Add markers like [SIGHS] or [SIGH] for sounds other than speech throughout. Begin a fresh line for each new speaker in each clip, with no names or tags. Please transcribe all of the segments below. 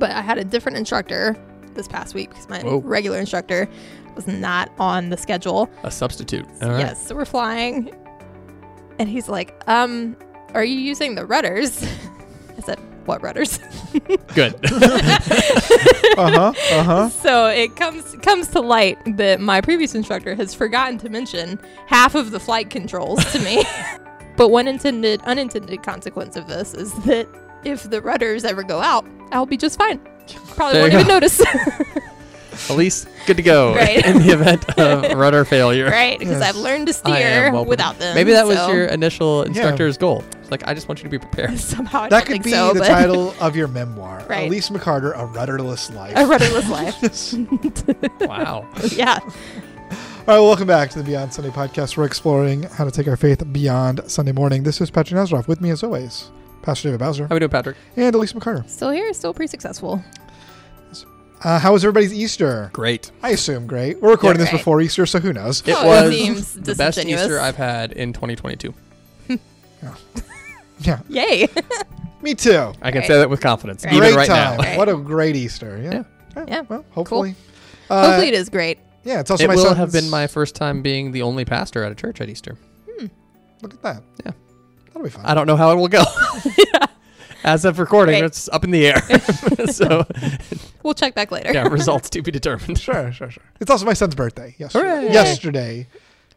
I had a different instructor this past week because my
Whoa.
regular instructor was not on the schedule.
A substitute. All right.
Yes, so we're flying. And he's like, um, are you using the rudders? [LAUGHS] I said, what rudders? [LAUGHS]
Good.
Uh huh. Uh huh.
so it comes comes to light that my previous instructor has forgotten to mention half of the flight controls to
[LAUGHS]
me. but one intended unintended consequence of this is that if the rudders ever go out, I'll be just fine. Probably
There
won't
you
even notice.
At least good to
[LAUGHS]
go
Right.
[LAUGHS] in the
[LAUGHS]
event of rudder failure.
right? Because
Yes.
I've learned to
I am
steer
well prepared.
without them.
Maybe that was
so
your initial instructor's goal. It's like, I just want you to be
[LAUGHS]
prepared.
somehow. I don't
That could
think
be
so,
the
but
title of your memoir.
Right.
Elise McCarter, A Rudderless Life.
[LAUGHS]
[LAUGHS]
a rudderless life.
[LAUGHS]
[LAUGHS]
wow.
yeah.
All right, welcome back to the Beyond Sunday podcast. We're exploring how to take our faith beyond Sunday morning. This is Patrick Nazaroff. With me, as always, Pastor David Bowser
Oh.
How we doing, Patrick?
and Elise McCarter.
Still here. Still pretty successful.
Uh, how was everybody's Easter?
Great.
I assume great. We're recording
Yeah,
this
great.
before Easter, so who knows?
It
Oh, it
was
seems
the best
disingenuous.
Easter I've had in 2022.
Yeah,
Yay. [LAUGHS]
me too.
I can
Right.
say that with confidence,
Right.
even
great
right [LAUGHS]
time.
now.
Right.
What a great Easter. Yeah.
Yeah.
Yeah.
Well, hopefully. Uh,
Hopefully it is great.
Yeah, it's also
It
my
will
son's-
have been my first time being the only pastor at a church at Easter.
Look at that.
Yeah.
That'll be fun.
I don't know how it will [LAUGHS] go. As of recording,
Right.
it's up in the air.
[LAUGHS]
[LAUGHS] so,
We'll check back later. [LAUGHS]
yeah, results to be determined.
Sure, sure, sure. It's also my son's birthday. Yesterday,
Hooray.
yesterday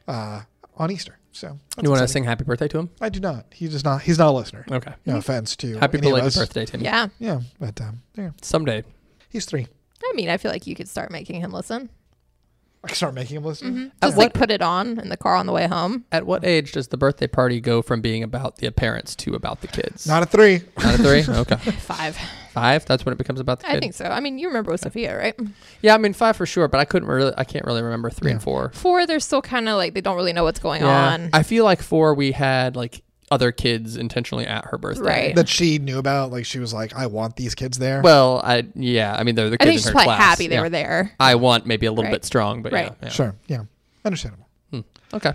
uh, on Easter. So that's
You want to
exciting.
sing happy birthday to him?
I do not. He does not. He's not a listener.
Okay.
No offense to
Happy
any of
belated
us.
birthday, Timmy.
Yeah.
Yeah, but um, yeah,
Someday.
he's three.
I mean, I feel like you could start making him listen.
I can start making him listen.
At
Just
what-
like put it on in the car on the way home. [LAUGHS]
At what age does the birthday party go from being about the parents to about the kids?
Not a three.
Not at
[LAUGHS]
three? Okay.
Five.
Five? That's when it becomes about the kids?
I think so. I mean, you remember with Sophia, right?
Yeah, I mean, five for sure, but I couldn't really, I can't really remember three and
Yeah.
four.
Four, they're still kind of like they don't really know what's going on.
I feel like four, we had like other kids intentionally at her birthday.
Right.
That she knew about. Like she was like, I want these kids there.
Well, I, yeah, I mean, they're the
I
kids
think she's
in her
probably
class.
happy they
yeah.
were there.
I want maybe a little
Right.
bit strong, but
Right.
yeah. yeah.
Sure. Yeah. Understandable.
Okay.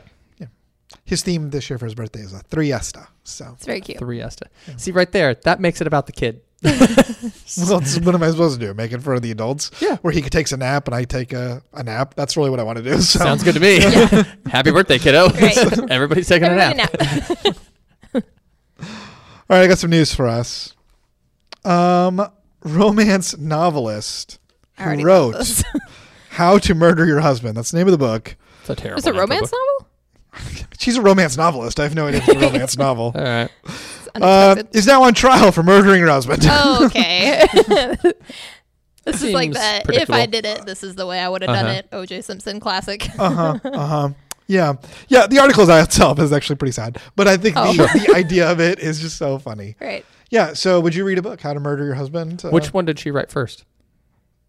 His theme this year for his birthday is a thriesta.
[LAUGHS]
So
It's very cute.
Three Esta. See, right there, that makes it about the kid.
well, it's- what am I supposed to do? Make it for the adults?
Yeah.
Where he takes a nap and I take a, a nap. That's really what I want to do. [LAUGHS] So
Sounds good to me.
[LAUGHS]
[LAUGHS] happy birthday, kiddo.
Right.
[LAUGHS] Everybody's taking a
Everybody
nap.
nap. [LAUGHS]
All right, I got some news for us. Um, romance novelist
I
who
already
wrote
love this.
"How to Murder Your Husband." That's the name of the book.
It's a terrible.
It's a
name for
romance
book.
novel?
She's a romance novelist. I have no idea if it's
[LAUGHS]
a romance novel.
All right.
It's
Uh,
[LAUGHS]
unexpected.
is now on trial for murdering her husband. [LAUGHS]
oh, okay. this is like
Seems
the if I
predictable.
did it, this is the way I would have done
Uh-huh.
it. OJ Simpson
[LAUGHS]
classic.
Uh huh. Uh huh. Yeah, yeah. The article itself is actually pretty sad, but I think
Oh.
the, the idea of it is just so funny.
right.
Yeah. So, would you read a book, "How to Murder Your Husband"? Uh,
Which one did she write first?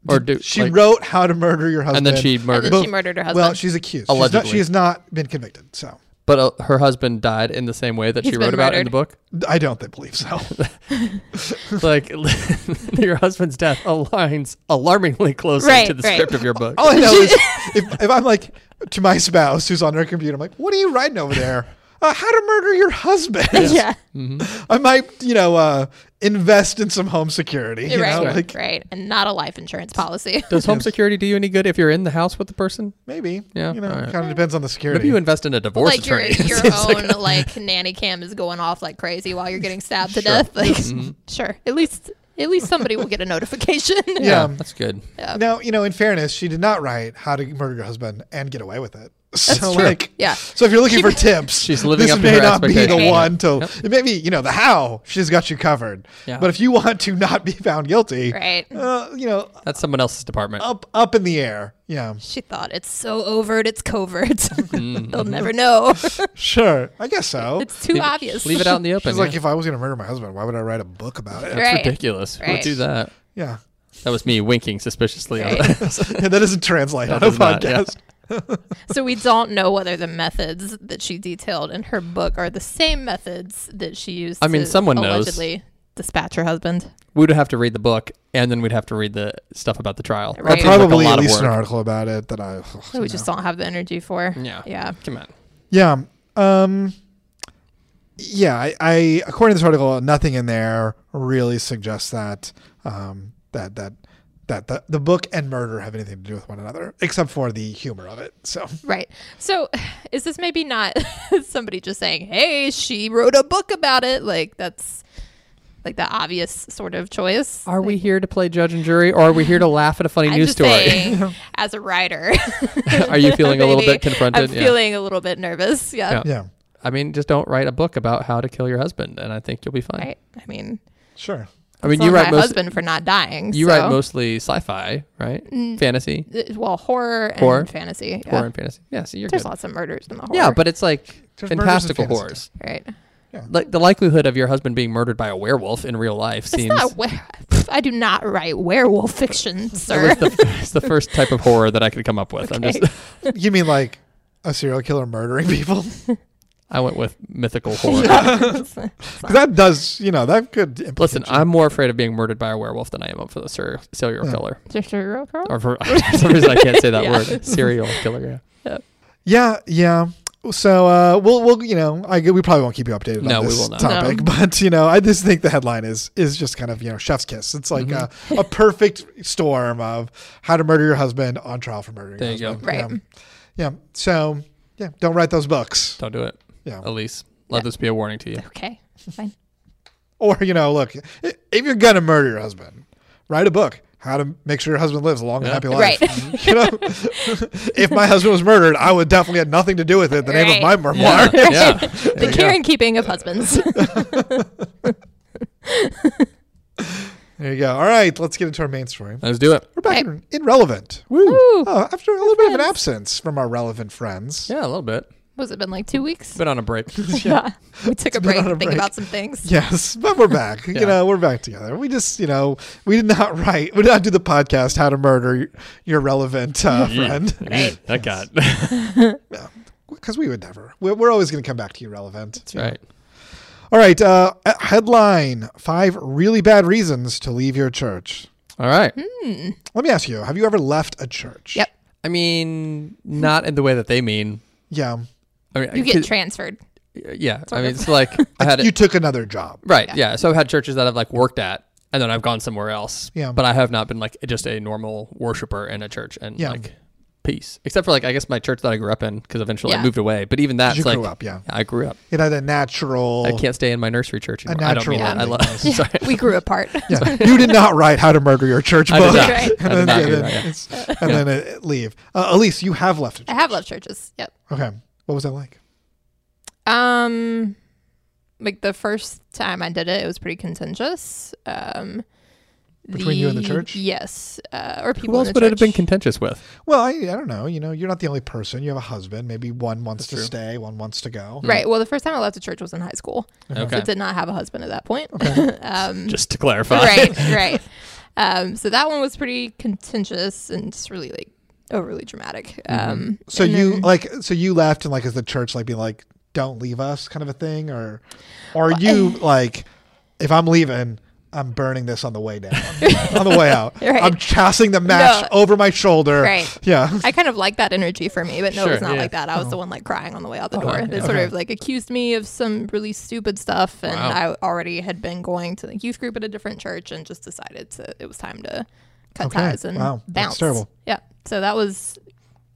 Or do
she
like-
wrote "How to Murder Your Husband,"
and then she
And
murdered,
then
Both-
she murdered her husband.
Well, she's accused. She's not,
Allegedly.
she has not been convicted. So,
but uh, her husband died in the same way that she
He's
wrote
been
about in the
murdered.
book.
I don't think- believe so.
[LAUGHS] like [LAUGHS] your husband's death aligns alarmingly closely
Right,
to the
right.
script of your book.
All I know
[LAUGHS]
is if, if I'm like to my spouse who's on her computer, I'm like, what are you writing over there? Uh, how to murder your husband.
[LAUGHS] [LAUGHS] yeah.
I might, you know, uh, invest in some home security. You
right.
know,
right.
like
right. And not a life insurance policy. [LAUGHS]
Does home security do you any good if you're in the house with the person?
maybe.
Yeah,
You know,
all right.
kind of depends on the security.
Maybe you invest in a divorce
like your,
attorney. [LAUGHS]
your
Seems like
own like, nanny cam is going off like crazy while you're getting stabbed
[LAUGHS]
to
Sure.
death. Like
Mm-hmm.
[LAUGHS] sure, at least at least somebody will get a notification.
a-
[LAUGHS]
yeah,
Yeah.
that's good.
now, you know, in fairness, she did not write how to murder your husband and get away with it. So
true.
like
Yeah.
So if you're looking
[LAUGHS]
for tips,
she's living
this
up to
may
her
not be the
expectations.
one to
Yep.
it may be, you know, the how, she's got you covered.
Yeah.
But if you want to not be found
[LAUGHS]
guilty,
Right.
uh, you know,
That's someone else's department.
up up in the air. Yeah.
She thought it's so overt, it's covert. [LAUGHS] They'll never know. [LAUGHS]
Sure, I guess so. It's
It's too
Mm-hmm. leave,
obvious.
Leave it out in the open.
She's
yeah.
like, if I was going to murder my husband, why would I write a book about it?
Right.
It's ridiculous. Who would
Right.
do that?
Yeah, [LAUGHS]
That was me winking suspiciously. [LAUGHS]
Right.
yeah that doesn't translate
That
on a
does not, yeah.
podcast.
So we don't know whether the methods that she detailed in her book are the same methods that she used.
I mean,
to
someone knows.
allegedly dispatch her husband.
we would have to read the book, and then we'd have to read the stuff about the trial.
Right.
That seems like a
Probably
lot
at
of
least an
work.
article about it that I. oh, ugh,
that
no.
We just don't have the energy for.
Yeah.
Yeah.
Come on.
Yeah. Um. Yeah, I, I according to this article, nothing in there really suggests that. Um, that that that the, the book and murder have anything to do with one another, except for the humor of it. So
Right. So, [SIGHS] is this maybe not [LAUGHS] somebody just saying, "Hey, she wrote a book about it"? Like that's like the obvious sort of choice.
Are we here to play judge and jury, or are we here to laugh at a funny
I'm
news
just
story?
saying, as a writer,
[LAUGHS] are you feeling a little
maybe
bit confronted?
[LAUGHS] I'm
Yeah.
feeling a little bit nervous. Yeah.
Yeah.
yeah,
I mean, just don't write a book about how to kill your husband, and I think you'll be fine.
Right. I mean, [LAUGHS]
sure.
I mean,
it's
you
on
write
my
most.
husband for not dying.
You
so.
write mostly sci-fi, right? Fantasy,
Uh, Well, horror and
Horror.
fantasy. Yeah.
horror, and fantasy. Yeah, see, you're
There's
good.
lots of murders in the horror.
Yeah, but it's like
There's murders and
fantastical
fantasy.
horrors.
right.
Like the likelihood of your husband being murdered by a werewolf in real life
It's
seems.
not. we- [LAUGHS] I do not write werewolf fiction,
[LAUGHS] it
sir.
was the, [LAUGHS] it's the first type of horror that I could come up
[LAUGHS]
with. I'm just.
You mean like a serial killer
[LAUGHS]
murdering people?
I went with mythical horror.
[LAUGHS]
Because that does, you know, that could implicate
Listen,
you.
I'm more afraid of being murdered by a werewolf than I am of a ser- serial
Yeah.
killer.
Just a real girl? [LAUGHS]
Or for, [LAUGHS] for some reason, I can't say that
Yeah.
word. Serial killer. Yeah.
Yeah, yeah. So uh, we'll we'll you know I, we probably won't keep you updated
No,
on
we
this
will not.
topic,
No.
but you know I just think the headline is is just kind of you know chef's kiss. It's like uh,
Mhm.
a, a perfect storm of how to murder your husband on trial for murdering.
There
your
you go.
husband.
Right.
Yeah. yeah. So yeah, don't write those books.
Don't do it,
Yeah.
Elise. Let
Yeah.
this be a warning to
[LAUGHS]
you.
Okay. Fine.
Or you know, look, i- if you're gonna murder your husband, write a book. How to make sure your husband lives a long and
Yeah.
happy
[LAUGHS]
life. [LAUGHS] You know, if my husband was murdered, I would definitely had nothing to do with it. The name of
Right.
my memoir.
Yeah. yeah.
the
you
care and keeping of husbands.
[LAUGHS]
There you go. All right, let's get into our main story.
Let's do it.
We're back
Okay.
in, in relevant. Woo.
Woo.
Oh, after a little bit of an absence from our relevant friends.
Yeah, a little bit.
What's it been like two weeks?
[LAUGHS] Been on
[LAUGHS]
a break.
yeah. We took a
It's been
break
on
to
a
think
break.
about some things.
Yes, but we're back. You
[LAUGHS] Yeah.
know, we're back together. We just, you know, we did not write, we did not do the podcast "How to Murder Your, your Relevant uh, Friend"
[LAUGHS] Yeah, Mm-hmm. that got
[LAUGHS]
[LAUGHS]
because we would never. We're, we're always going to come back to you, relevant. That's
right.
All right. Uh, a- headline: Five really bad reasons to leave your church.
All right.
Hmm?
Let me ask you: Have you ever left a church?
Yep.
I mean, not in the way that they mean.
Yeah.
I mean,
You get
could-
transferred.
yeah. I mean,
[LAUGHS]
it's like I had
You took another job.
Right. Yeah. So I've had churches that I've like worked at and then I've gone somewhere else.
Yeah.
But I have not been like just a normal worshiper in a church and
Yeah.
like peace. Except for like, I guess my church that I grew up in because eventually I
Yeah.
moved away. But even that's
You
like,
grew up, yeah.
I grew up.
It had a natural.
I can't stay in my nursery church
A
anymore. I don't mean that. I
natural
love, [LAUGHS] [LAUGHS] sorry.
[LAUGHS] We grew
[LAUGHS]
apart.
[LAUGHS] Yeah. you did not write "How to Murder Your Church"
I
book.
did not.
Right.
I
[LAUGHS] and
did
then,
not
and
do
then
that. Yeah.
it's- and then it, leave. Uh, Elise, you have left. A
I
church.
have left churches. Yep.
Okay, what was that like?
Um, like the first time I did it, it was pretty contentious. Um,
Between you and the church?
Yes. Uh, or people.
Who else
in the
would it have been
church.
contentious with?
Well, I, I don't know. You know, you're not the only person. You have a husband. Maybe one wants to
true.
stay, one wants to go.
Right. Well, the first time I left the church was in high school.
Okay.
So did not have a husband at that point. [LAUGHS]
[LAUGHS]
um,
Just to clarify.
right, right. Um, so that one was pretty contentious and just really like overly dramatic. Um,
So
and
you
then-
like, so you left, and like, is the church like being like, "Don't leave us," kind of a thing, or, or are you like, if I'm leaving. I'm burning this on the
[LAUGHS]
way down, on the way out.
Right.
I'm chasing the match
No.
over my shoulder.
Right.
Yeah.
I kind of like that energy for me, but no, it
Sure,
was not
yeah.
like that. I was the one like crying on the way out the
Oh,
door.
yeah.
They sort
Okay.
of like accused me of some really stupid stuff, and
Wow.
I already had been going to the youth group at a different church, and just decided to it was time to cut
Okay.
ties and
Wow. That's
bounce.
terrible.
Yeah. So that was,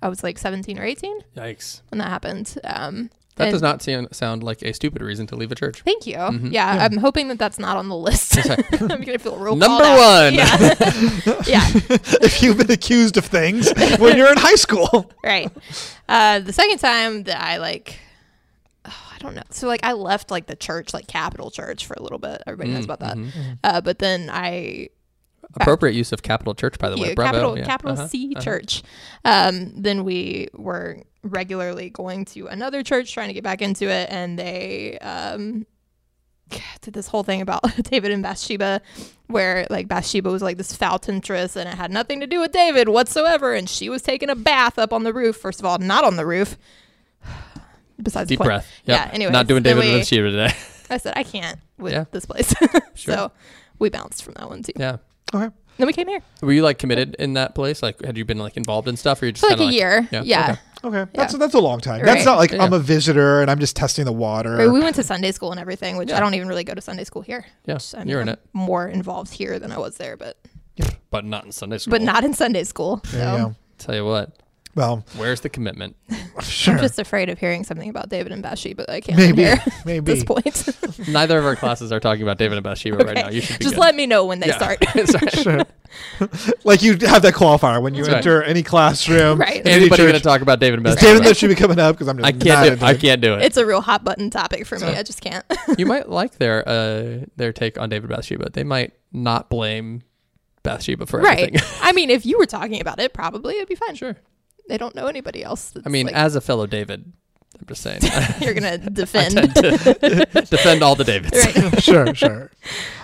I was like 17 or 18
Yikes.
when that happened. Um,
That
and-
does not Mm-hmm. seem, sound like a stupid reason to leave a church.
Thank you. Yeah, I'm hoping that that's not on the list. [LAUGHS] I'm gonna feel real.
Number
called out.
one. [LAUGHS]
Yeah. yeah.
[LAUGHS] if you've been accused of things when you're in high school.
Right. Uh, the second time that I like, oh, I don't know. So like I left like the church, like Capital Church, for a little bit. Everybody
Mm,
knows about
mm-hmm.
that. Uh, but then I
Appropriate use of capital church, by the way.
yeah,
Bravo.
capital
Yeah.
capital
Uh-huh.
C church. Um, then we were regularly going to another church trying to get back into it, and they um, [SIGHS] did this whole thing about [LAUGHS] David and Bathsheba, where like Bathsheba was like this foul temptress, and it had nothing to do with David whatsoever, and she was taking a bath up on the roof. First of all, not on the roof. [SIGHS] Besides the
Deep
point.
breath. Yep.
Yeah. Anyway,
Not doing David and Bathsheba
[LAUGHS]
today.
[LAUGHS] I said I can't with
Yeah.
this place, [LAUGHS] so we bounced from that one too.
yeah.
Okay.
Then we came here
Were you like committed in that place? Like, had you been like involved in stuff, or you just
for like a
kinda,
year. yeah.
okay.
Okay. That's that's a long time. That's
Right.
not like
Yeah.
I'm a visitor and I'm just testing the water.
Right, we went to Sunday school and everything, which
Yeah.
I don't even really go to Sunday school here.
Yeah,
Which, I
you're in
I'm
it.
More involved here than I was there, but
but not in Sunday school.
but not in Sunday school.
There you
so.
go.
Tell you what,
Well,
where's the commitment?
sure.
I'm just afraid of hearing something about David and Bathsheba that I can't
maybe.
hear [LAUGHS] at
Maybe.
this point.
Neither of our classes are talking about David and Bathsheba right
Okay.
now. You should be
just
good.
let me know when they
Yeah.
start.
[LAUGHS] Sorry.
[LAUGHS] Sure. like you have that qualifier when you
That's right.
enter any classroom.
Right.
in any
Anybody
church,
going to talk about David and
Is
Bathsheba?
David and Bathsheba coming up? Because I'm just
I
not
can't. Do,
into
I
it.
can't do
[LAUGHS]
it.
It's a real hot button topic for me. I just can't.
you might like their uh, their take on David Bathsheba. They might not blame Bathsheba for
[LAUGHS] right.
everything. [LAUGHS]
I mean, if you were talking about it, probably it'd be fine.
sure.
They don't know anybody else. That's
I mean, [LAUGHS]
like,
as a fellow David, I'm
[LAUGHS]
just saying, I
you're gonna defend. [LAUGHS]
tend to defend all the Davids. [LAUGHS]
right.
[LAUGHS] sure, sure.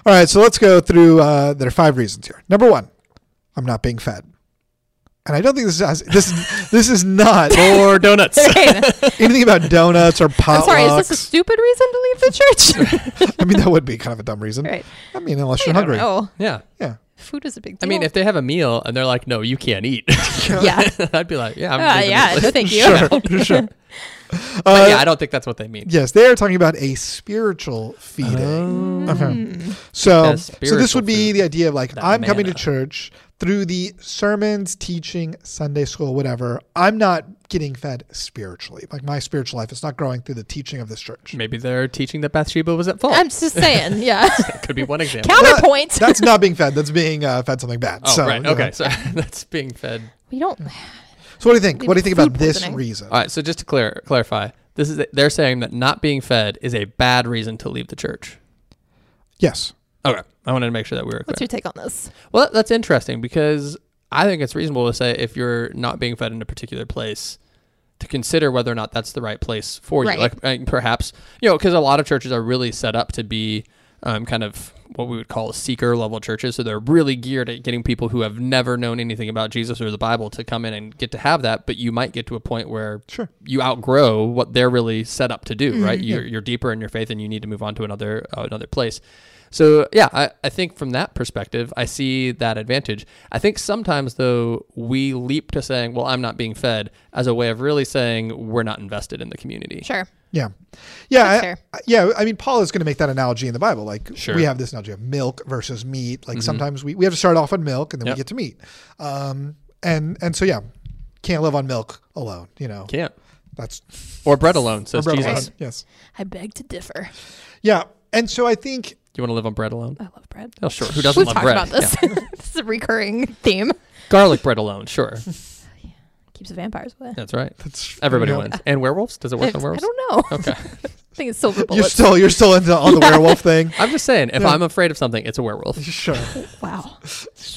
All right, so let's go through. Uh, there are five reasons here. Number one, I'm not being fed, and I don't think this is this is- this
[LAUGHS]
is not
More donuts.
Right.
anything about donuts or
I'm
potlucks.
sorry. Is this a stupid reason to leave
[LAUGHS]
the church?
[LAUGHS] I mean, that would be kind of a dumb reason.
right.
I mean, unless
I
you're
don't
hungry.
know.
Yeah.
Yeah.
Food is a big
I
deal.
mean, if they have a meal and they're like, "No, you can't eat,"
yeah,
[LAUGHS] I'd be like, "Yeah, I'm
Uh,
leaving
yeah.
[LAUGHS] this."
No, thank you. [LAUGHS]
Sure, [LAUGHS] sure.
But
Uh,
yeah, I don't think that's what they mean.
Yes, they are talking about a spiritual feeding. Okay.
Mm.
So,
Yeah,
so this would be
spiritual
the idea of like
That
I'm coming to
manna.
church through the sermons, teaching, Sunday school, whatever. I'm not getting fed spiritually. Like my spiritual life is not growing through the teaching of this church.
Maybe they're teaching that Bathsheba was at fault.
I'm just saying. Yeah.
that could be one example.
Counterpoint.
[LAUGHS] That's not being fed. That's being uh, fed something bad.
Oh,
so,
right.
you know.
Okay. So [LAUGHS] that's being fed.
we don't.
So what do you think? What do you think about
Food
this
poisoning.
reason?
All right. So just to clear clarify, this is they're saying that not being fed is a bad reason to leave the church.
Yes.
Okay. I wanted to make sure that we were clear.
What's your take on this?
Well, that's interesting because I think it's reasonable to say if you're not being fed in a particular place, to consider whether or not that's the right place for
Right.
you. Like uh, perhaps you know, because a lot of churches are really set up to be um, kind of what we would call seeker level churches. So they're really geared at getting people who have never known anything about Jesus or the Bible to come in and get to have that. But you might get to a point where
Sure.
you outgrow what they're really set up to do, right?
Mm-hmm.
You're, you're deeper in your faith and you need to move on to another uh, another place. So yeah, I, I think from that perspective, I see that advantage. I think sometimes though we leap to saying, "Well, I'm not being fed," as a way of really saying we're not invested in the community.
Sure.
Yeah. Yeah.
That's
I-
fair.
I- yeah. I mean, Paul is going to make that analogy in the Bible. Like
Sure. Mm-hmm.
we have this analogy of milk versus meat. Like sometimes we, we have to start off on milk and then
Yep.
we get to meat. Um, and, and so, yeah, can't live on milk alone, you know,
Can't
that's
or bread alone says
Or bread
Jesus.
alone, Yes.
I beg to differ.
Yeah. And so I think
You want to live on bread alone?
I love bread.
Oh sure, who doesn't
We've
love
talked
bread?
about this.
Yeah.
[LAUGHS] this is a recurring theme.
Garlic bread alone, sure.
Keeps the vampires away. [LAUGHS]
That's right.
that's
Everybody
you know,
wins. And werewolves? Does it work
I,
on
I
werewolves?
don't know.
Okay.
[LAUGHS] I think it's silver
You're
bullets.
still you're still into on the werewolf thing.
I'm just saying, if
Yeah.
I'm afraid of something, it's a werewolf.
[LAUGHS]
Sure. [LAUGHS]
wow.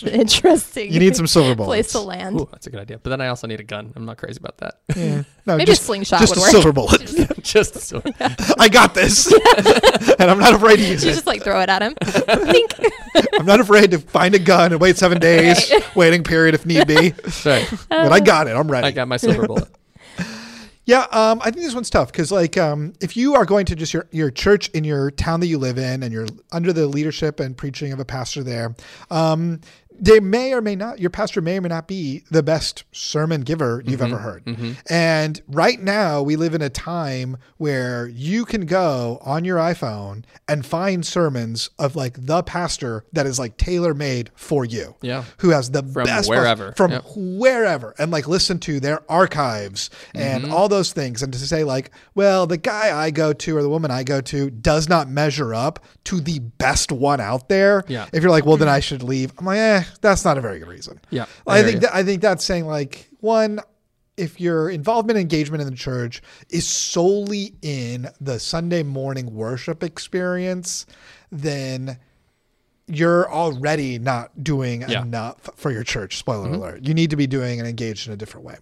Interesting.
You need some silver
place
bullets.
to land.
Ooh, that's a good idea. But then I also need a gun. I'm not crazy about that. [LAUGHS]
Yeah. No,
Maybe
Uh, just
a slingshot
just
would
a
work.
silver bullet. [LAUGHS]
Just a sword.
I got this, [LAUGHS] and I'm not afraid to
[LAUGHS]
use
You
it.
just like throw it at
[LAUGHS]
him. Think.
I'm not afraid to find a gun and wait seven days, waiting period if need be.
Sorry.
But I got it. I'm ready.
I got my silver bullet.
Yeah, um, I think this one's tough because, like, um, if you are going to just your, your church in your town that you live in and you're under the leadership and preaching of a pastor there, um, they may or may not, your pastor may or may not be the best sermon giver you've
Mm-hmm.
ever heard. And right now, we live in a time where you can go on your iPhone and find sermons of like the pastor that is like tailor made for you.
Yeah.
Who has the
From
best
wherever.
from
Yep.
wherever and like listen to their archives and
Mm-hmm.
all those things and to say like well the guy i go to or the woman i go to does not measure up to the best one out there
Yeah. Mm-hmm.
if you're like well then i should leave i'm like eh that's not a very good reason
Yeah.
i,
hear
think
you.
that, i think that's saying like one if your involvement and engagement in the church is solely in the sunday morning worship experience then you're already not doing
Yeah.
enough for your church. Spoiler alert. You need to be doing and engaged in a different way.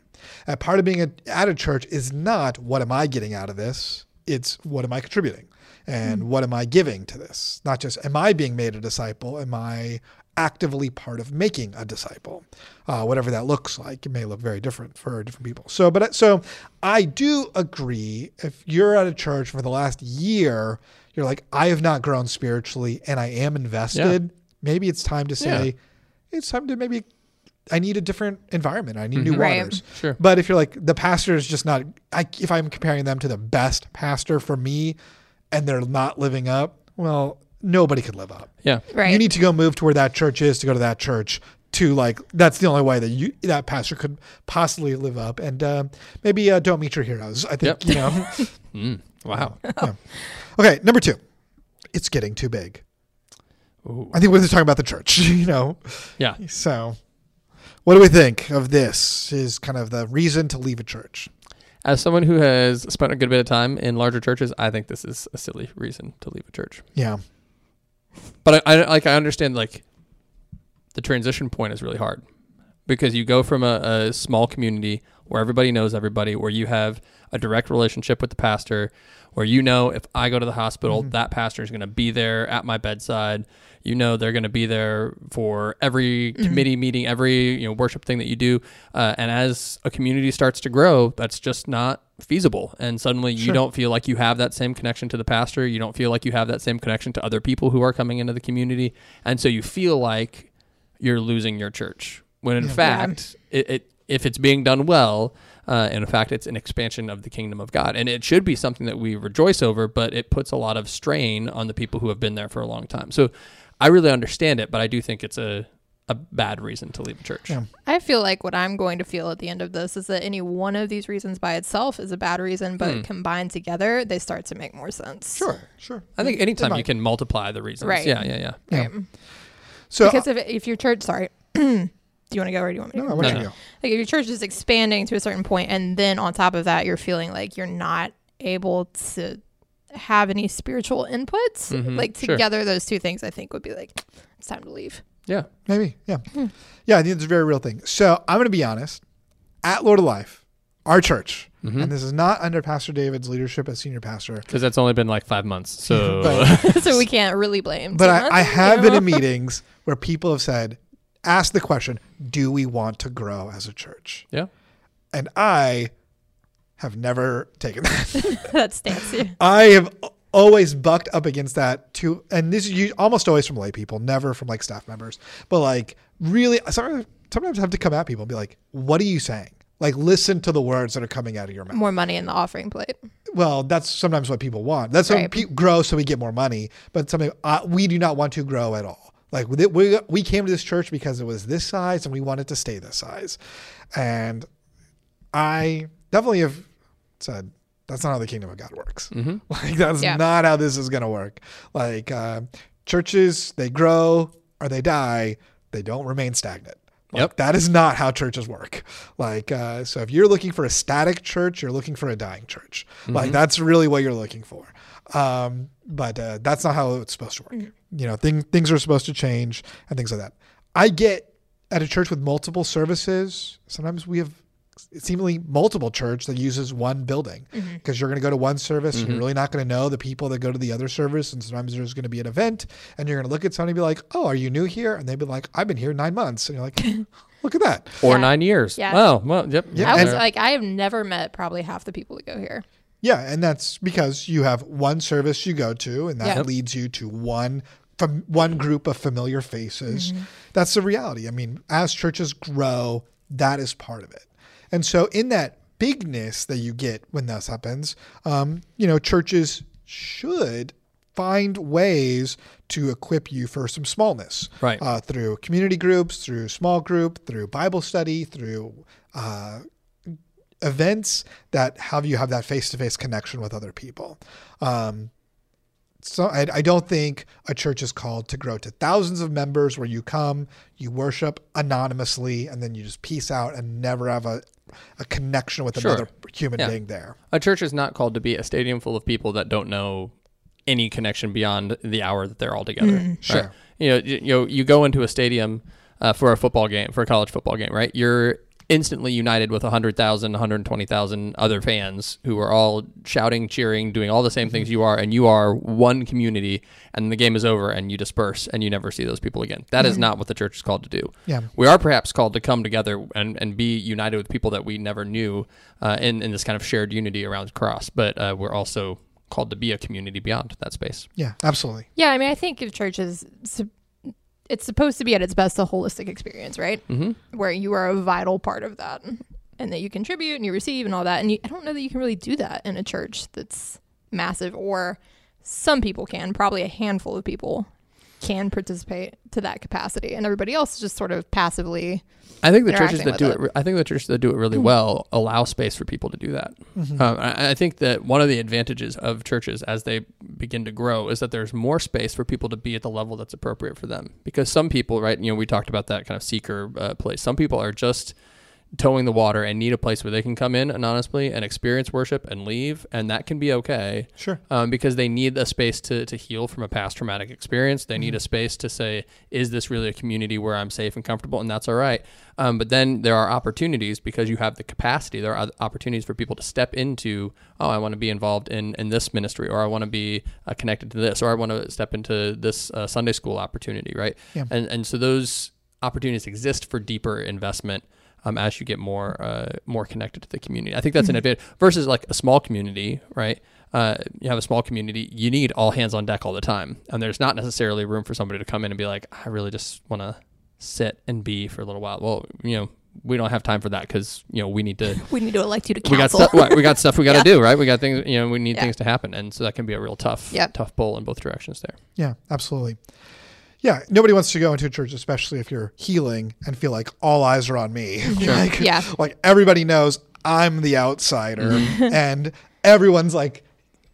And part of being a, at a church is not what am I getting out of this? It's what am I contributing? And what am I giving to this? Not just am I being made a disciple? Am I actively part of making a disciple? Uh, whatever that looks like, it may look very different for different people. So, but I- so I do agree if you're at a church for the last year, you're like, I have not grown spiritually and I am invested. Maybe it's time to say, it's time to maybe I need a different environment. I need new
Right.
waters.
Sure.
But if you're like the pastor is just not, I, if I'm comparing them to the best pastor for me, and they're not living up, well, nobody could live up.
Yeah.
Right.
You need to go move to where that church is to go to that church to like that's the only way that you that pastor could possibly live up and uh, maybe uh, don't meet your heroes. I
Yep.
think you know. [LAUGHS]
Mm. Wow.
Okay, number two, it's getting too big.
Ooh.
I think we're just talking about the church, [LAUGHS] you know.
Yeah.
So, what do we think of this? Is kind of the reason to leave a church?
As someone who has spent a good bit of time in larger churches, I think this is a silly reason to leave a church.
Yeah,
But I, I like I understand like the transition point is really hard because you go from a, a small community where everybody knows everybody, where you have a direct relationship with the pastor, where you know if I go to the hospital, that pastor is going to be there at my bedside. You know they're going to be there for every committee meeting, every you know worship thing that you do. Uh, and as a community starts to grow, that's just not feasible. And suddenly you
Sure.
don't feel like you have that same connection to the pastor. You don't feel like you have that same connection to other people who are coming into the community. And so you feel like you're losing your church. When in fact, it, it if it's being done well, uh, in fact, it's an expansion of the kingdom of God, and it should be something that we rejoice over. But it puts a lot of strain on the people who have been there for a long time. So, I really understand it, but I do think it's a a bad reason to leave a church.
Yeah.
I feel like what I'm going to feel at the end of this is that any one of these reasons by itself is a bad reason,
Hmm.
but combined together, they start to make more sense.
sure, sure.
I think anytime you
might.
can multiply the reasons.
Right.
Yeah, yeah, yeah.
Yeah.
Right.
So, uh,
because if, if your church, sorry, [CLEARS THROAT] do you want to go or do you want me
no,
to?
no,
go?
what
No,
should
no.
you do?
Like if your church is expanding to a certain point, and then on top of that, you're feeling like you're not able to have any spiritual inputs.
Mhm.
Like
Sure.
together, those two things I think would be like it's time to
[LAUGHS]
leave. [LAUGHS]
Yeah.
Maybe, yeah,
Hmm.
yeah. I think it's a very real thing. So, I'm going to be honest. At Lord of Life, our church,
Mm-hmm.
and this is not under Pastor David's leadership as senior pastor,
Because that's only been like five months.
[LAUGHS]
So
but,
so we can't really blame.
but
too
I, I
much,
have
you
been
know? [LAUGHS]
[LAUGHS] in meetings where people have said, ask the question, do we want to grow as a church?
[LAUGHS] yeah.
And I have never taken that.
that stance. yeah.
I have always bucked up against that too, and this is u- almost always from lay people, never from like staff members. But like, really, sometimes sometimes I have to come at people and be like, "What are you saying?" Like, listen to the words that are coming out of your mouth.
More money in the offering plate.
Well, that's sometimes what people want. That's what
Right.
pe- grow so we get more money. But something uh, we do not want to grow at all. Like we, we we came to this church because it was this size and we wanted to stay this size, and I definitely have said that's not how the kingdom of God works. [LAUGHS] Like that's
Yeah.
not how this is gonna work. Like uh, churches, they grow or they die. They don't remain stagnant. Like,
Yep.
That is not how churches work. Like uh, so, if you're looking for a static church, you're looking for a dying church. Like that's really what you're looking for. Um, but uh, that's not how it's supposed to work. You know, thing, things are supposed to change and things like that. I get at a church with multiple services, sometimes we have seemingly multiple church that uses one building because you're going to go to one service and you're really not going to know the people that go to the other service and sometimes there's going to be an event and you're going to look at somebody and be like oh are you new here and they'd be like i've been here nine months and you're like look at that
Or
Yeah.
nine years.
Yeah.
Oh, well, yep.
Yeah.
I was
There.
like, I have never met probably half the people that go here.
yeah and that's because you have one service you go to and that
Yeah.
leads you to one from one group of familiar faces that's the reality i mean as churches grow that is part of it and so in that bigness that you get when this happens um, you know churches should find ways to equip you for some smallness
Right.
uh, through community groups through small group through bible study through uh, events that have you have that face-to-face connection with other people um, so I, I don't think a church is called to grow to thousands of members where you come you worship anonymously and then you just peace out and never have a, a connection with
Sure.
another human
Yeah.
being there
A church is not called to be a stadium full of people that don't know any connection beyond the hour that they're all together. right?
sure.
You know, you, you know, you go into a stadium uh, for a football game, for a college football game, right? You're instantly united with 100,000, 120,000 other fans who are all shouting, cheering, doing all the same things you are, and you are one community, and the game is over, and you disperse, and you never see those people again. That is not what the church is called to do.
Yeah.
We are perhaps called to come together and, and be united with people that we never knew uh, in, in this kind of shared unity around the cross, but uh, we're also called to be a community beyond that space.
yeah absolutely
Yeah, I mean, I think if church is, sup- it's supposed to be at its best a holistic experience, right? Mm-hmm. Where you are a vital part of that, and that you contribute and you receive and all that. And you, I don't know that you can really do that in a church that's massive or some people can, probably a handful of people can participate to that capacity, and everybody else is just sort of passively.
I think the
interacting
churches that
with
do
it.
it. re- I think the churches that do it really well allow space for people to do that. Um, I, I think that one of the advantages of churches as they begin to grow is that there's more space for people to be at the level that's appropriate for them. Because some people, right? You know, we talked about that kind of seeker uh, place. Some people are just towing the water and need a place where they can come in anonymously and experience worship and leave, and that can be okay
Sure.
um, because they need a space to, to heal from a past traumatic experience. They need a space to say, is this really a community where I'm safe and comfortable? And that's all right. Um, but then there are opportunities because you have the capacity. There are opportunities for people to step into, oh, I want to be involved in, in this ministry, or I want to be uh, connected to this, or I want to step into this uh, Sunday school opportunity, right?
Yeah.
And, and so those opportunities exist for deeper investment um, as you get more uh, more connected to the community. I think that's an
Mm-hmm.
advantage versus like a small community, right? Uh, you have a small community, you need all hands on deck all the time, and there's not necessarily room for somebody to come in and be like, I really just want to sit and be for a little while. Well, you know, we don't have time for that because you know we
[LAUGHS]
need to.
We need to elect you to
We got
council.
stuff. Right, we got stuff we got to do, right? We got things. You know, we need
Yeah.
things to happen, and so that can be a real tough,
Yep.
tough bowl in both directions. There.
Yeah, absolutely. Yeah, nobody wants to go into a church, especially if you're healing and feel like all eyes are on me. [LAUGHS] like,
Yeah.
like everybody knows I'm the outsider
Mm-hmm.
and everyone's like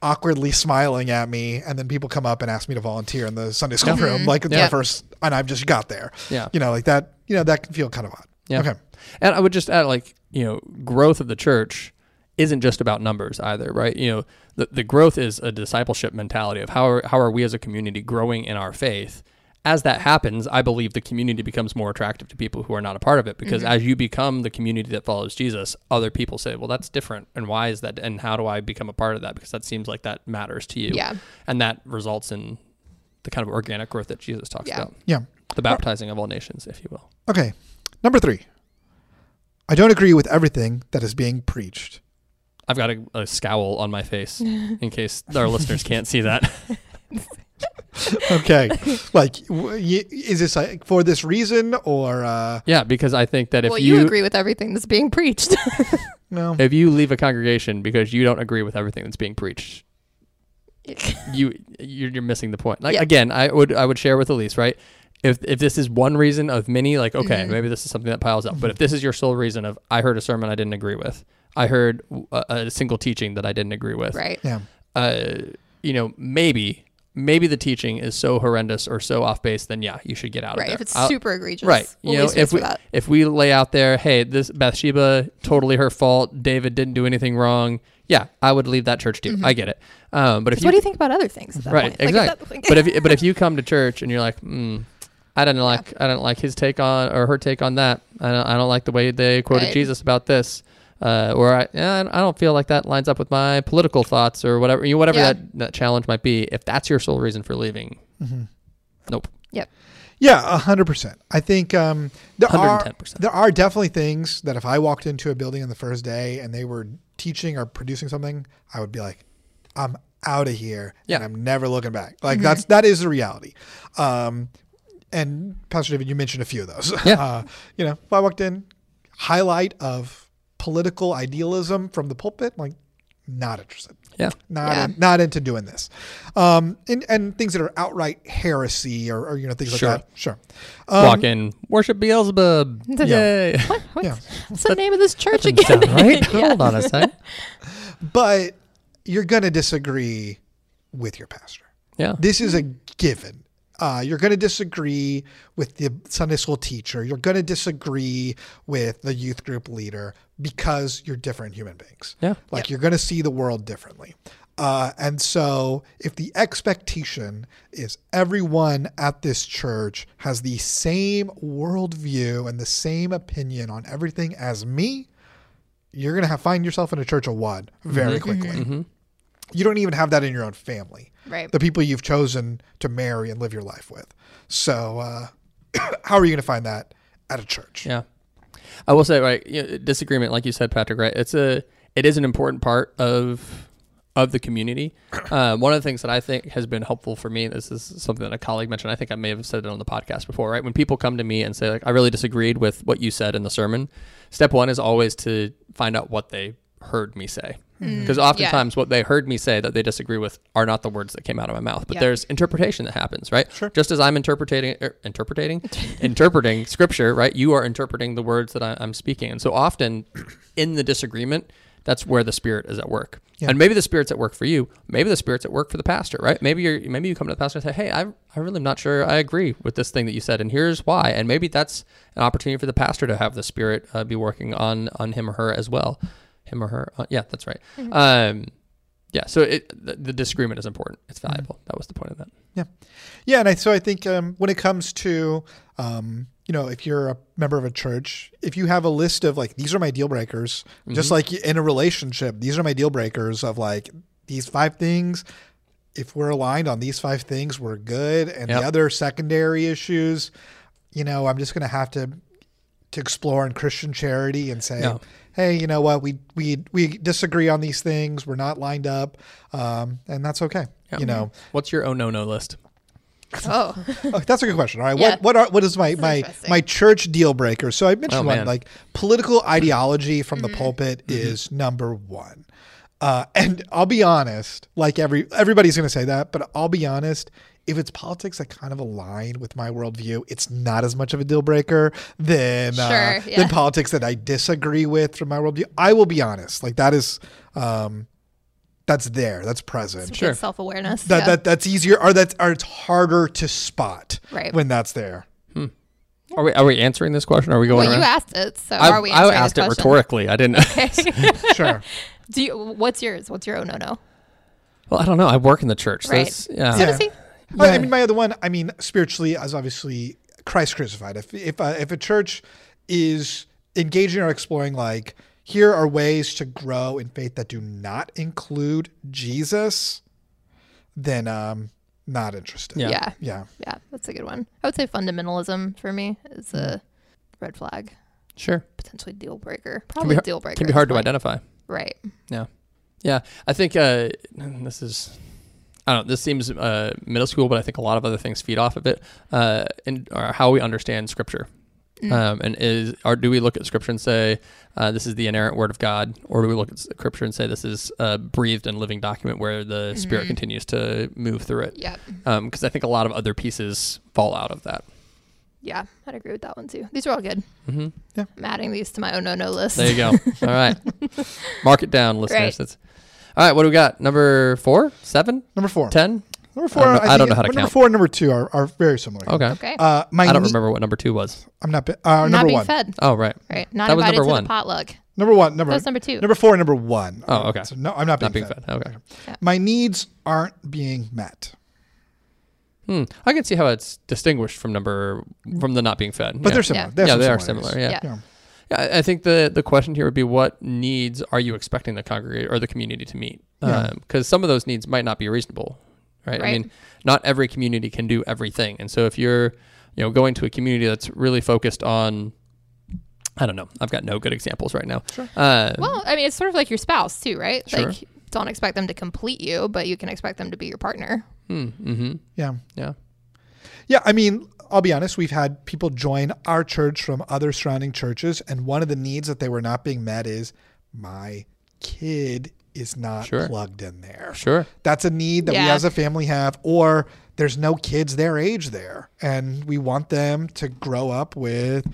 awkwardly smiling at me and then people come up and ask me to volunteer in the Sunday school room like it's
Yeah.
my first and I've just got there.
Yeah.
You know, like that, you know, that can feel kind of odd.
Yeah.
Okay.
And I would just add, like, you know, growth of the church isn't just about numbers either, right? You know, the, the growth is a discipleship mentality of how are, how are we as a community growing in our faith. As that happens, I believe the community becomes more attractive to people who are not a part of it because
Mm-hmm.
as you become the community that follows Jesus, other people say, "Well, that's different, and why is that? And how do I become a part of that? Because that seems like that matters to you."
Yeah.
and that results in the kind of organic growth that Jesus talks
Yeah.
about,
Yeah.
the baptizing of all nations, if you will.
Okay. Number 3. I don't agree with everything that is being preached.
I've got a, a scowl on
[LAUGHS]
my face in case our listeners can't see that. [LAUGHS]
Okay. like w- y- is this like for this reason or uh
Yeah, because I think that if
well, you,
you,
agree with everything that's being
[LAUGHS]
preached. [LAUGHS]
no?
if you leave a congregation because you don't agree with everything that's being preached, you you're, you're missing the point. Like
Yeah.
again, I would I would share with Elise, right? If if this is one reason of many, like okay,
Mm-hmm.
maybe this is something that piles up. But if this is your sole reason of I heard a sermon I didn't agree with, I heard a, a single teaching that I didn't agree with,
right.
Yeah.
uh, you know, maybe maybe the teaching is so horrendous or so off base, then yeah, you should get out of
Right.
there.
If it's
I'll-
super egregious.
right.
we'll
you
leave
know,
space
if
for
we
that.
if we lay out there, hey, this Bathsheba totally her fault. David didn't do anything wrong. Yeah, I would leave that church too. I get it. Um, but if you
Mm-hmm. what do you think about other things at that
right
point? Like, at
exactly,
that point-
but if but if you come to church and you're like, hmm, I don't like I don't like his take on or her take on that. I don't, I don't like the way they quoted
Right.
Jesus about this. Uh, or I, eh, I don't feel like that lines up with my political thoughts or whatever you know, whatever
Yeah.
that, that challenge might be. If that's your sole reason for leaving, nope, [LAUGHS]
yep.
Yeah, a hundred percent. I think um, there are
110%.
there are definitely things that if I walked into a building on the first day and they were teaching or producing something, I would be like, I'm out of here,
Yeah. Mm-hmm.
and I'm never looking back. Like that's that is the reality. Um, and Pastor David, you mentioned a few of those.
Yeah.
[LAUGHS] Uh, you know, if I walked in, highlight of political idealism from the pulpit, like not interested
yeah,
not
Yeah.
in, not into doing this, um, and and things that are outright heresy or, or you know things
Sure.
like that. Sure,
walk in,
[LAUGHS]
worship Beelzebub,
Yeah.
yay.
What's
Yeah.
what's the name of this church
Doesn't
again?
sound [LAUGHS] right?
yeah.
Hold on a second.
but you're gonna disagree with your pastor.
Yeah.
This is a given. Uh, you're going to disagree with the Sunday school teacher. You're going to disagree with the youth group leader because you're different human beings.
Yeah.
Like you're going to see the world differently. Uh, and so, if the expectation is everyone at this church has the same worldview and the same opinion on everything as me, you're going to have, find yourself in a church of one very quickly. You don't even have that in your own family,
Right.
the people you've chosen to marry and live your life with. So, uh, [COUGHS] how are you going to find that at a church?
Yeah, I will say, right, you know, disagreement, like you said, Patrick. Right, it's a it is an important part of of the [COUGHS] community. Uh, one of the things that I think has been helpful for me, this is something that a colleague mentioned. I think I may have said it on the podcast before, right? When people come to me and say, like, I really disagreed with what you said in the sermon, step one is always to find out what they heard me say, Because oftentimes what they heard me say that they disagree with are not the words that came out of my mouth, but
Yeah.
there's interpretation that happens, right? Sure. Just as I'm interpreting, er, interpreting, [LAUGHS] interpreting scripture, right? You are interpreting the words that I, I'm speaking, and so often in the disagreement, that's where the spirit is at work.
Yeah.
And maybe the spirit's at work for you. Maybe the spirit's at work for the pastor, right? Maybe you're maybe you come to the pastor and say, "Hey, I I really am not sure I agree with this thing that you said, and here's why." And maybe that's an opportunity for the pastor to have the spirit uh, be working on on him or her as well, him or her. Uh, yeah, that's right.
Mm-hmm.
Um, yeah. So it, the, the disagreement is important. It's
Mm-hmm.
valuable. That was the point of that.
Yeah, and I, so I think um, when it comes to, um, you know, if you're a member of a church, if you have a list of like these are my deal breakers, just
Mm-hmm.
like in a relationship, these are my deal breakers of like these five things. If we're aligned on these five things, we're good. And
Yep.
the other secondary issues, you know, I'm just going to have to to explore in Christian charity and say,
Yeah.
hey, you know what, we we we disagree on these things. We're not lined up, um, and that's okay.
Yeah.
You know,
What's your oh no no list? [LAUGHS]
Oh,
Oh, that's a good question. All right,
Yeah.
what what are what is my my
interesting.
my church deal breaker? So I mentioned
Oh,
one
man. Mm-hmm.
like political ideology from
Mm-hmm.
the pulpit is number one. Uh, and I'll be honest, like every everybody's going to say that, but I'll be honest. If it's politics that kind of align with my worldview, it's not as much of a deal breaker than uh,
Sure, yeah.
than politics that I disagree with from my worldview. I will be honest, like that is, um, that's there, that's present
Sure.
self awareness.
that, that that's easier or that's or it's harder to spot
Right.
when
[LAUGHS]
that's there.
Are we are we answering this question? Are we going
well, you
around?
asked it, so
I,
are we?
I
answering
asked
the
it
question?
rhetorically. I didn't.
Sure.
[LAUGHS] Do you, what's yours? What's your oh no no?
[LAUGHS] well, I don't know. I work in the church. So
Right.
it's- yeah.
So
Yeah.
does he?
I, I
Yeah.
mean, my other one. I mean, spiritually, as obviously Christ crucified. If if uh, if a church is engaging or exploring, like here are ways to grow in faith that do not include Jesus, then um, not interested.
Yeah.
yeah.
Yeah.
Yeah, that's a good one. I would say fundamentalism for me is
Mm.
a red flag,
Sure.
potentially deal breaker, probably
har-
deal breaker.
Can be
at
hard
this
to
point.
identify.
Right.
Yeah, I think uh, this is. I don't know. This seems uh, middle school, but I think a lot of other things feed off of it, uh, and or how we understand Scripture, um, and is or do we look at Scripture and say uh, this is the inerrant Word of God, or do we look at Scripture and say this is a breathed and living document where the Spirit continues to move through it?
Yeah.
Because I think a lot of other pieces fall out of that.
Yeah, I'd agree with that one too. These are all good.
hmm
I'm adding these to my oh no no list.
There you go. All right, mark it down, listeners.
Right.
That's all right. What do we got? Number four, seven,
Number four.
ten.
Number four.
I don't know- I don't know how to
number
count.
four and number two are, are very similar.
Okay.
okay.
Uh, my
I don't
knee-
remember what number two was.
I'm not. bi- Uh,
Not
number
being
one.
fed.
Oh, right.
Right. Not
That was
invited
number
to
one.
the potluck.
Number one.
That
Number
was number two.
Number four and number one.
Oh, okay.
So no, I'm not being,
Not being
fed.
fed. Okay.
My needs aren't being met.
Hmm. I can see how it's distinguished from number from the not being fed.
But
yeah.
they're similar.
Yeah.
They have
yeah,
some
they are
similarities.
similar. Yeah.
Yeah.
yeah.
Yeah.
I I think the the question here would be what needs are you expecting the congregation or the community to meet?
Yeah.
Because some of those needs might not be reasonable, right? I
Right.
mean, not every community can do everything, and so if you're you know going to a community that's really focused on I don't know. I've got no good examples right now. Sure. Uh,
Well, I mean, it's sort of like your spouse too, right?
Sure.
Like, don't expect them to complete you, but you can expect them to be your partner.
hmm, mhm.
Yeah.
Yeah.
Yeah, I mean, I'll be honest, we've had people join our church from other surrounding churches, and one of the needs that they were not being met is my kid is not
Sure.
plugged in there.
Sure.
That's a need that we
Yeah.
as a family have, or there's no kids their age there, and we want them to grow up with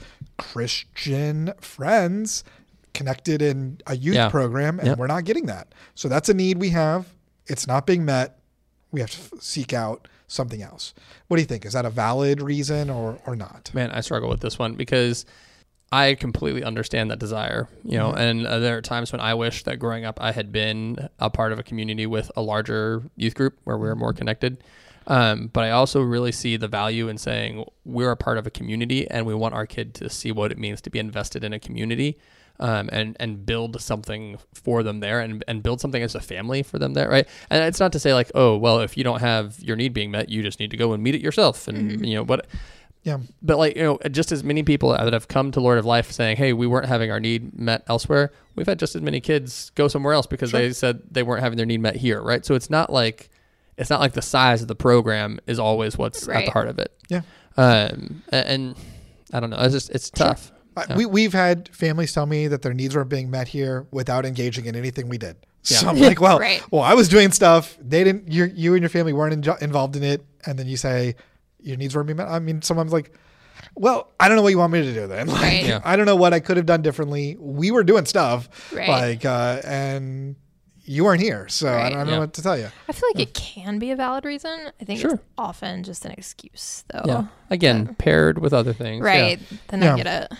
Christian friends connected in a youth
Yeah.
program, and
Yep.
we're not getting that. So that's a need we have. It's not being met. We have to f- seek out something else. What do you think? Is that a valid reason or or not?
Man, I struggle with this one because I completely understand that desire, you know, and uh, there are times when I wish that growing up I had been a part of a community with a larger youth group where we were more connected. Um, but I also really see the value in saying we're a part of a community and we want our kid to see what it means to be invested in a community um, and, and build something for them there and, and build something as a family for them there, right? And it's not to say like, oh, well, if you don't have your need being met, you just need to go and meet it yourself and, you know, what
Yeah.
but like you know just as many people that have come to lord of life saying hey we weren't having our need met elsewhere we've had just as many kids go somewhere else because they said they weren't having their need met here right so it's not like it's not like the size of the program is always what's at
Right.
the heart of it
Yeah.
um a- and i don't know it's just it's tough
I- We, we've had families tell me that their needs weren't being met here without engaging in anything we did. So I'm like, well,
Right.
well, I was doing stuff. They didn't. You, you and your family weren't injo- involved in it, and then you say your needs weren't being met. I mean, sometimes like, well, I don't know what you want me to do then. [LAUGHS] Like,
Right.
Yeah.
I don't know what I could have done differently. We were doing stuff,
Right.
like, uh, and you weren't here, so I
Right.
don't, I don't
Yeah.
know what to tell you.
I feel like it can be a valid reason. I think
Sure.
it's often just an excuse, though.
Yeah. Again, paired with other things. Yeah.
Oh. Right. Then
Yeah.
I get it.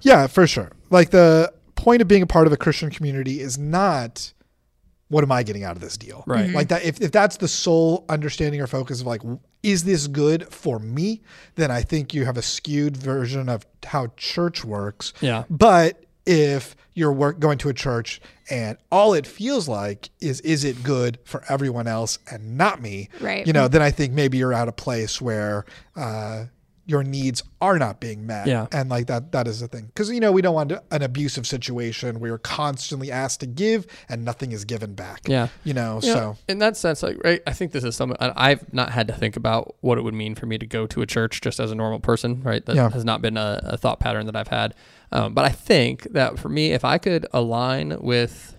Yeah, for sure. Like the point of being a part of a Christian community is not what am I getting out of this deal?
Right. Mhm.
Like that if, if that's the sole understanding or focus of like is this good for me? Then I think you have a skewed version of how church works.
Yeah.
But if you're work going to a church and all it feels like is is it good for everyone else and not me?
Right.
You know, then I think maybe you're at a place where uh, your needs are not being met.
Yeah.
And like that that is the thing. Because you know, we don't want an abusive situation where you're constantly asked to give and nothing is given back.
Yeah.
You know,
Yeah,
so
in that sense, like right, I think this is something I- I've not had to think about what it would mean for me to go to a church just as a normal person, right? That
Yeah.
has not been a, a thought pattern that I've had. Um, but I think that for me, if I could align with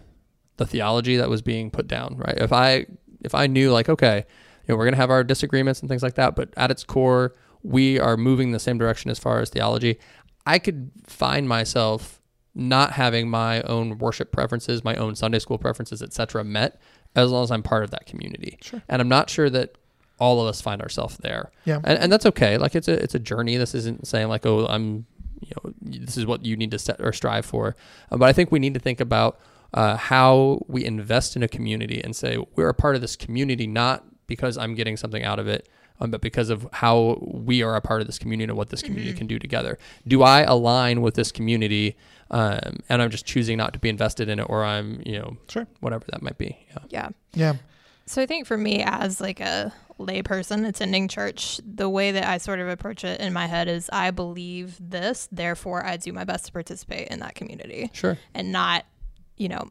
the theology that was being put down, right? If I if I knew like, okay, you know, we're gonna have our disagreements and things like that, but at its core, we are moving the same direction as far as theology. I could find myself not having my own worship preferences, my own Sunday school preferences, etc., met as long as I'm part of that community. Sure. And I'm not sure that all of us find ourselves there.
Yeah.
And, and that's okay. Like it's a it's a journey. This isn't saying like oh I'm you know this is what you need to set or strive for. Uh, but I think we need to think about uh, how we invest in a community and say we're a part of this community not because I'm getting something out of it. Um, but because of how we are a part of this community and what this community
Mm-hmm.
can do together, do I align with this community? Um, and I'm just choosing not to be invested in it, or I'm, you know,
Sure.
whatever that might be. Yeah.
Yeah.
yeah.
So I think for me as like a layperson attending church, the way that I sort of approach it in my head is I believe this, therefore I do my best to participate in that community
Sure.
and not, you know,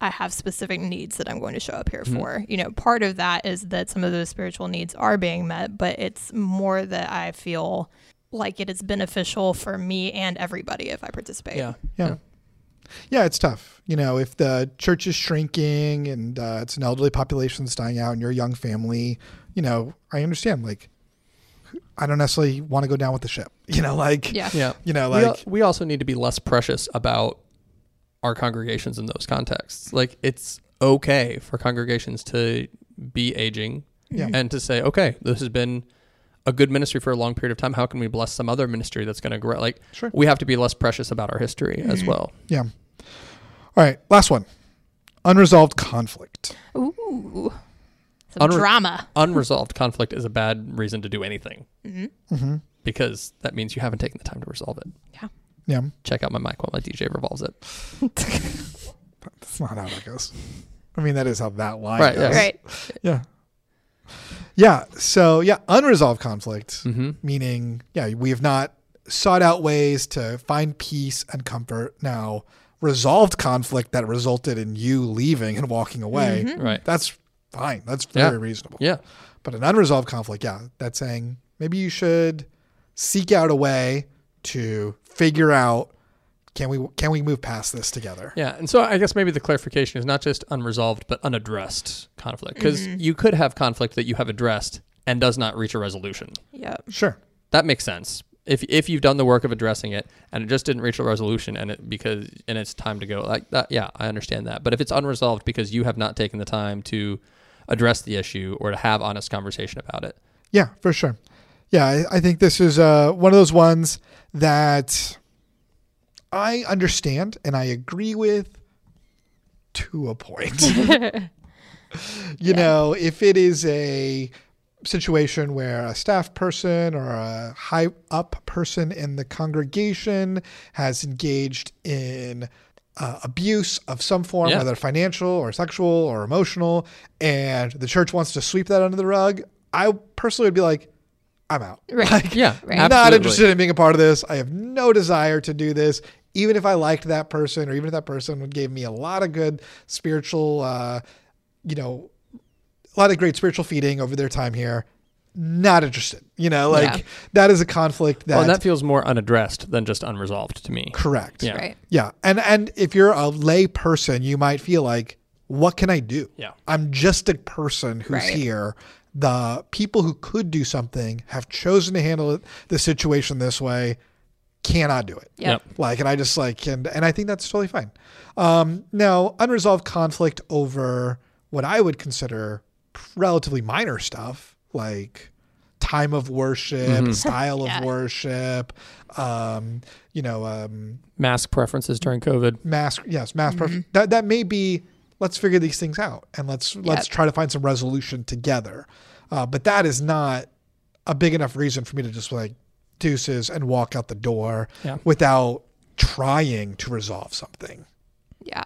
I have specific needs that I'm going to show up
Mm-hmm.
here for. You know, part of that is that some of those spiritual needs are being met, but it's more that I feel like it is beneficial for me and everybody if I participate.
Yeah.
Yeah. Yeah, it's tough. You know, if the church is shrinking and uh, it's an elderly population that's dying out and you're a young family, you know, I understand. Like, I don't necessarily want to go down with the ship. [LAUGHS] You know, like,
Yeah.
Yeah.
you know,
We al-
like,
we, also need to be less precious about our congregations in those contexts. Like it's okay for congregations to be aging
Yeah.
and to say, okay, this has been a good ministry for a long period of time. How can we bless some other ministry that's going to grow? Like
Sure. Mm-hmm.
we have to be less precious about our history as well.
yeah. All right, last one unresolved conflict.
Ooh. Some
Unre- [LAUGHS]
drama.
Unresolved conflict is a bad reason to do anything
hmm
because that means you haven't taken the time to resolve it.
Yeah,
Check out my mic while my DJ revolves it.
that's not how that goes. I mean, that is how that line
Right, yeah.
goes.
Right.
Yeah. Yeah. So, yeah, unresolved conflict.
Mm-hmm.
meaning yeah we have not sought out ways to find peace and comfort now resolved conflict that resulted in you leaving and walking away
Right.
that's fine that's very
Yeah.
reasonable
Yeah.
but an unresolved conflict yeah that's saying maybe you should seek out a way to figure out can we can we move past this together
Yeah, and so I guess maybe the clarification is not just unresolved but unaddressed conflict because
Mm-hmm.
you could have conflict that you have addressed and does not reach a resolution.
Yep.
sure
That makes sense. If if you've done the work of addressing it and it just didn't reach a resolution and it because and it's time to go like that, yeah, I understand that. But if it's unresolved because you have not taken the time to address the issue or to have honest conversation about it.
Yeah, for sure. Yeah, I, I think this is uh, one of those ones that I understand and I agree with to a point. [LAUGHS] you know, if it is a situation where a staff person or a high up person in the congregation has engaged in uh, abuse of some form,
Yeah.
whether financial or sexual or emotional, and the church wants to sweep that under the rug, I personally would be like, I'm out.
Right.
Like,
Yeah,
Right.
I'm not
absolutely.
interested in being a part of this. I have no desire to do this. Even if I liked that person, or even if that person would gave me a lot of good spiritual, uh, you know, a lot of great spiritual feeding over their time here. Not interested. You know, like
Yeah.
that is a conflict that,
Well, and that feels more unaddressed than just unresolved to me.
correct.
Yeah.
Right.
Yeah. And and if you're a lay person, you might feel like, What can I do?
Yeah.
I'm just a person who's
Right.
here. The people who could do something have chosen to handle it, the situation this way, cannot do it.
Yep.
Like, and I just like, and, and I think that's totally fine. Um, now, unresolved conflict over what I would consider relatively minor stuff, like time of worship,
[LAUGHS]
style
Yeah.
of worship, um, you know, um,
Mask preferences during COVID.
mask yes mass
Mm-hmm.
pref- that that may be let's figure these things out and let's let's try to find some resolution together uh, but that is not a big enough reason for me to just like deuces and walk out the door
Yeah.
without trying to resolve something
Yeah.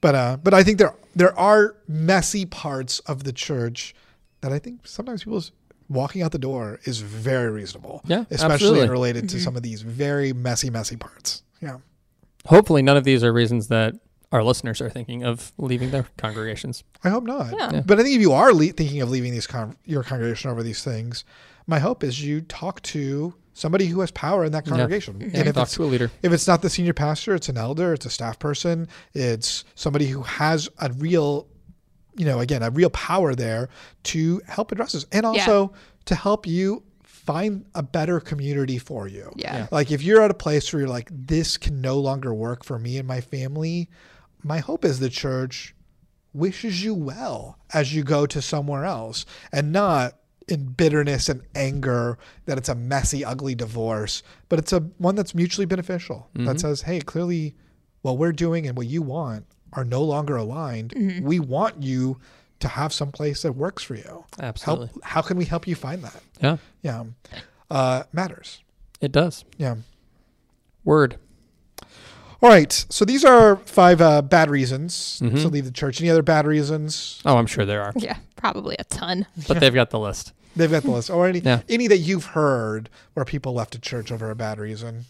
but uh but i think there there are messy parts of the church that i think sometimes people's walking out the door is very reasonable
Yeah,
especially
absolutely. Mm-hmm.
related to some of these very messy messy parts yeah
Hopefully, none of these are reasons that our listeners are thinking of leaving their congregations.
I hope not.
Yeah. Yeah.
But I think if you are le- thinking of leaving these con- your congregation over these things, my hope is you talk to somebody who has power in that congregation.
Yeah,
And if
talk
it's,
to a leader.
if it's not the senior pastor, it's an elder, it's a staff person, it's somebody who has a real, you know, again, a real power there to help address this and also to help you find a better community for you.
Yeah. Yeah.
Like if you're at a place where you're like, this can no longer work for me and my family, my hope is the church wishes you well as you go to somewhere else and not in bitterness and anger that it's a messy, ugly divorce, but it's a one that's mutually beneficial
Mm-hmm.
that says, hey, clearly what we're doing and what you want are no longer aligned.
Mm-hmm.
We want you to have some place that works for you.
Absolutely.
Help, how can we help you find that?
Yeah,
Yeah. Uh, matters.
it does.
Yeah.
Word.
All right. So these are five uh, bad reasons
Mm-hmm.
to leave the church. Any other bad reasons?
Oh, I'm sure there
[LAUGHS]
are,
Yeah. Probably a ton.
but they've got the list.
They've got the list. Or any
Yeah.
any that you've heard where people left a church over a bad reason.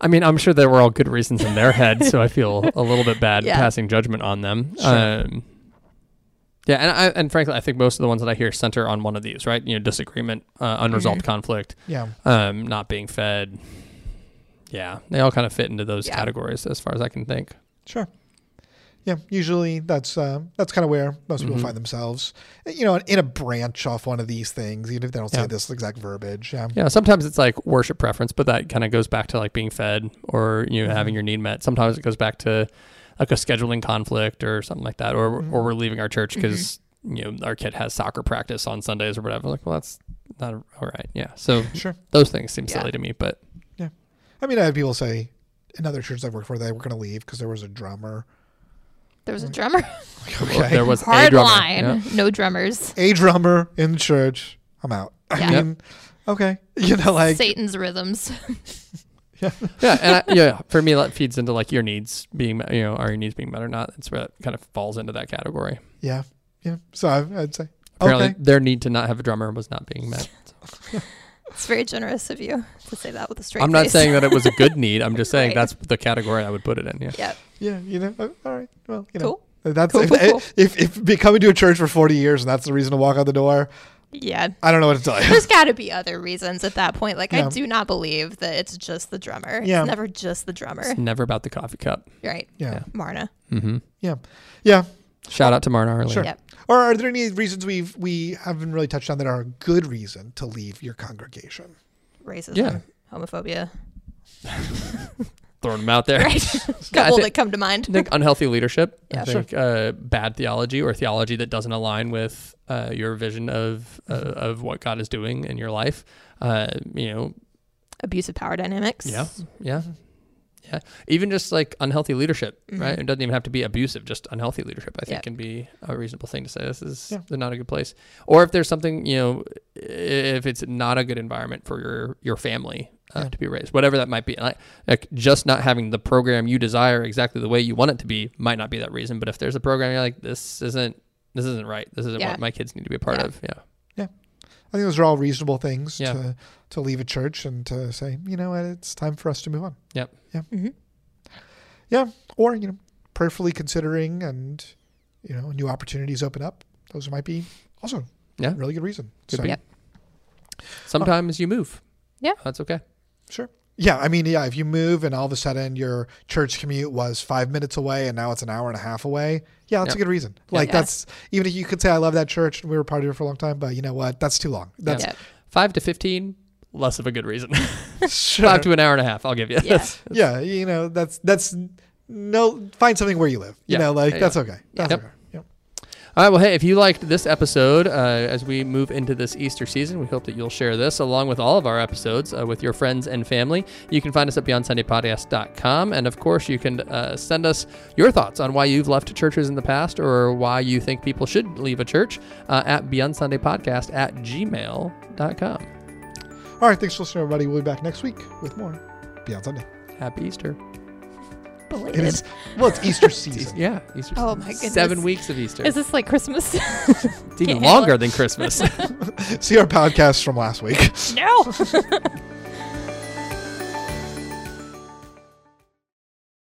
I mean, I'm sure there were all good reasons in their head, so I feel a little bit bad
Yeah.
passing judgment on them.
Sure.
Um, yeah, and I, and frankly, I think most of the ones that I hear center on one of these, right? You know, disagreement, uh, unresolved conflict,
Yeah.
um, not being fed. Yeah, they all kind of fit into those
Yeah.
categories as far as I can think.
Sure. Yeah, usually that's uh, that's kind of where most people
Mm-hmm.
find themselves. You know, in a branch off one of these things, even if they don't
Yeah.
say this exact verbiage. Yeah.
Yeah, sometimes it's like worship preference, but that kind of goes back to like being fed or you know having
Mm-hmm.
your need met. Sometimes it goes back to like a scheduling conflict or something like that, or
Mm-hmm.
or we're leaving our church because you know our kid has soccer practice on Sundays or whatever. Like, well, that's not all right. Yeah, so
Sure.
those things seem
Yeah.
silly to me, but
I mean, I had people say in other churches I've worked for, they were going to leave because there was
[LAUGHS]
a drummer.
There was a drummer.
Like,
well,
okay.
there was a
[LAUGHS] Hard
drummer.
line.
Yeah.
No drummers.
a drummer in the church. I'm out. I
Yeah.
mean, okay. [LAUGHS] You know, like,
Satan's rhythms. [LAUGHS]
yeah, and I, yeah, for me that feeds into like your needs being met- you know are your needs being met or not. That's where it kind of falls into that category.
yeah. Yeah. So I, I'd say,
Apparently,
okay.
their need to not have a drummer was not
[LAUGHS]
being met.
It's very generous of you to say that with a straight
I'm not
face. [LAUGHS]
saying that it was a good need. I'm just saying
Right.
that's the category I would put it in. Yeah.
Yep.
Yeah. You know, uh, all right. Well, you know.
Cool.
That's
Cool,
if,
cool, cool.
if if be- coming to a church for forty years and that's the reason to walk out the door.
Yeah.
I don't know what to tell you.
There's got to be other reasons at that point. Like,
Yeah.
I do not believe that it's just the drummer.
Yeah.
It's never just the drummer.
It's never about the coffee cup.
Right.
[LAUGHS] Yeah.
Marna.
Mm-hmm.
Yeah. Yeah.
Shout out to Marna Arlene.
Sure.
Yep.
Or are there any reasons we've we haven't really touched on that are a good reason to leave your congregation?
Racism.
Yeah.
Homophobia.
Throwing them out there.
Right.
I
Couple
thi-
that come to mind.
[LAUGHS] I think unhealthy leadership. I
Yeah.
think uh, bad theology or theology that doesn't align with uh, your vision of uh, of what God is doing in your life. Uh, you know,
Abusive power dynamics.
yeah, yeah, yeah. Even just like unhealthy leadership,
Mm-hmm.
right? It doesn't even have to be abusive. Just unhealthy leadership, I think,
Yep.
can be a reasonable thing to say. This is
Yeah.
they're not a good place. Or if there's something, you know, i- if it's not a good environment for your your family uh,
Yeah.
to be raised, whatever that might be, like, like just not having the program you desire exactly the way you want it to be might not be that reason. But if there's a program you're like, this isn't this isn't right. This isn't
Yeah.
what my kids need to be a part
Yeah.
of. Yeah.
I think those are all reasonable things
Yeah.
to to leave a church and to say, you know what, it's time for us to move on.
Yep.
Yeah.
Mhm.
Yeah. Or, you know, prayerfully considering and you know, new opportunities open up. Those might be also
Yeah.
really good reason.
Could
So,
be.
Yep.
Sometimes you move.
Yeah.
That's okay.
Sure. Yeah, I mean, yeah, if you move and all of a sudden your church commute was five minutes away and now it's an hour and a half away, yeah, that's a good reason. Like,
Yeah.
that's even if you could say, I love that church and we were part of it for a long time, but you know what? That's too long. That's
yeah.
[LAUGHS] Five to fifteen, less of a good reason.
[LAUGHS]
[LAUGHS]
sure.
Five to an hour and a half, I'll give you.
Yeah.
yeah, you know, that's that's no, find something where you live. You
Yeah,
know, like
yeah,
that's okay. That's
Yep.
okay. Yep.
[LAUGHS] All right. Well, hey, if you liked this episode, uh, as we move into this Easter season, we hope that you'll share this along with all of our episodes uh, with your friends and family. You can find us at BeyondSundayPodcast.com. And of course, you can uh, send us your thoughts on why you've left churches in the past or why you think people should leave a church uh, at BeyondSundayPodcast at gmail.com.
All right, thanks for listening, everybody. We'll be back next week with more Beyond Sunday.
Happy Easter.
Belated.
It is [LAUGHS] well, it's Easter
It's-
season.
yeah. Easter.
Oh, my goodness.
Seven weeks of Easter.
Is this like
[LAUGHS]
Christmas? [LAUGHS]
it's even
can't handle
longer
it.
than Christmas.
See our podcast from last week.
no.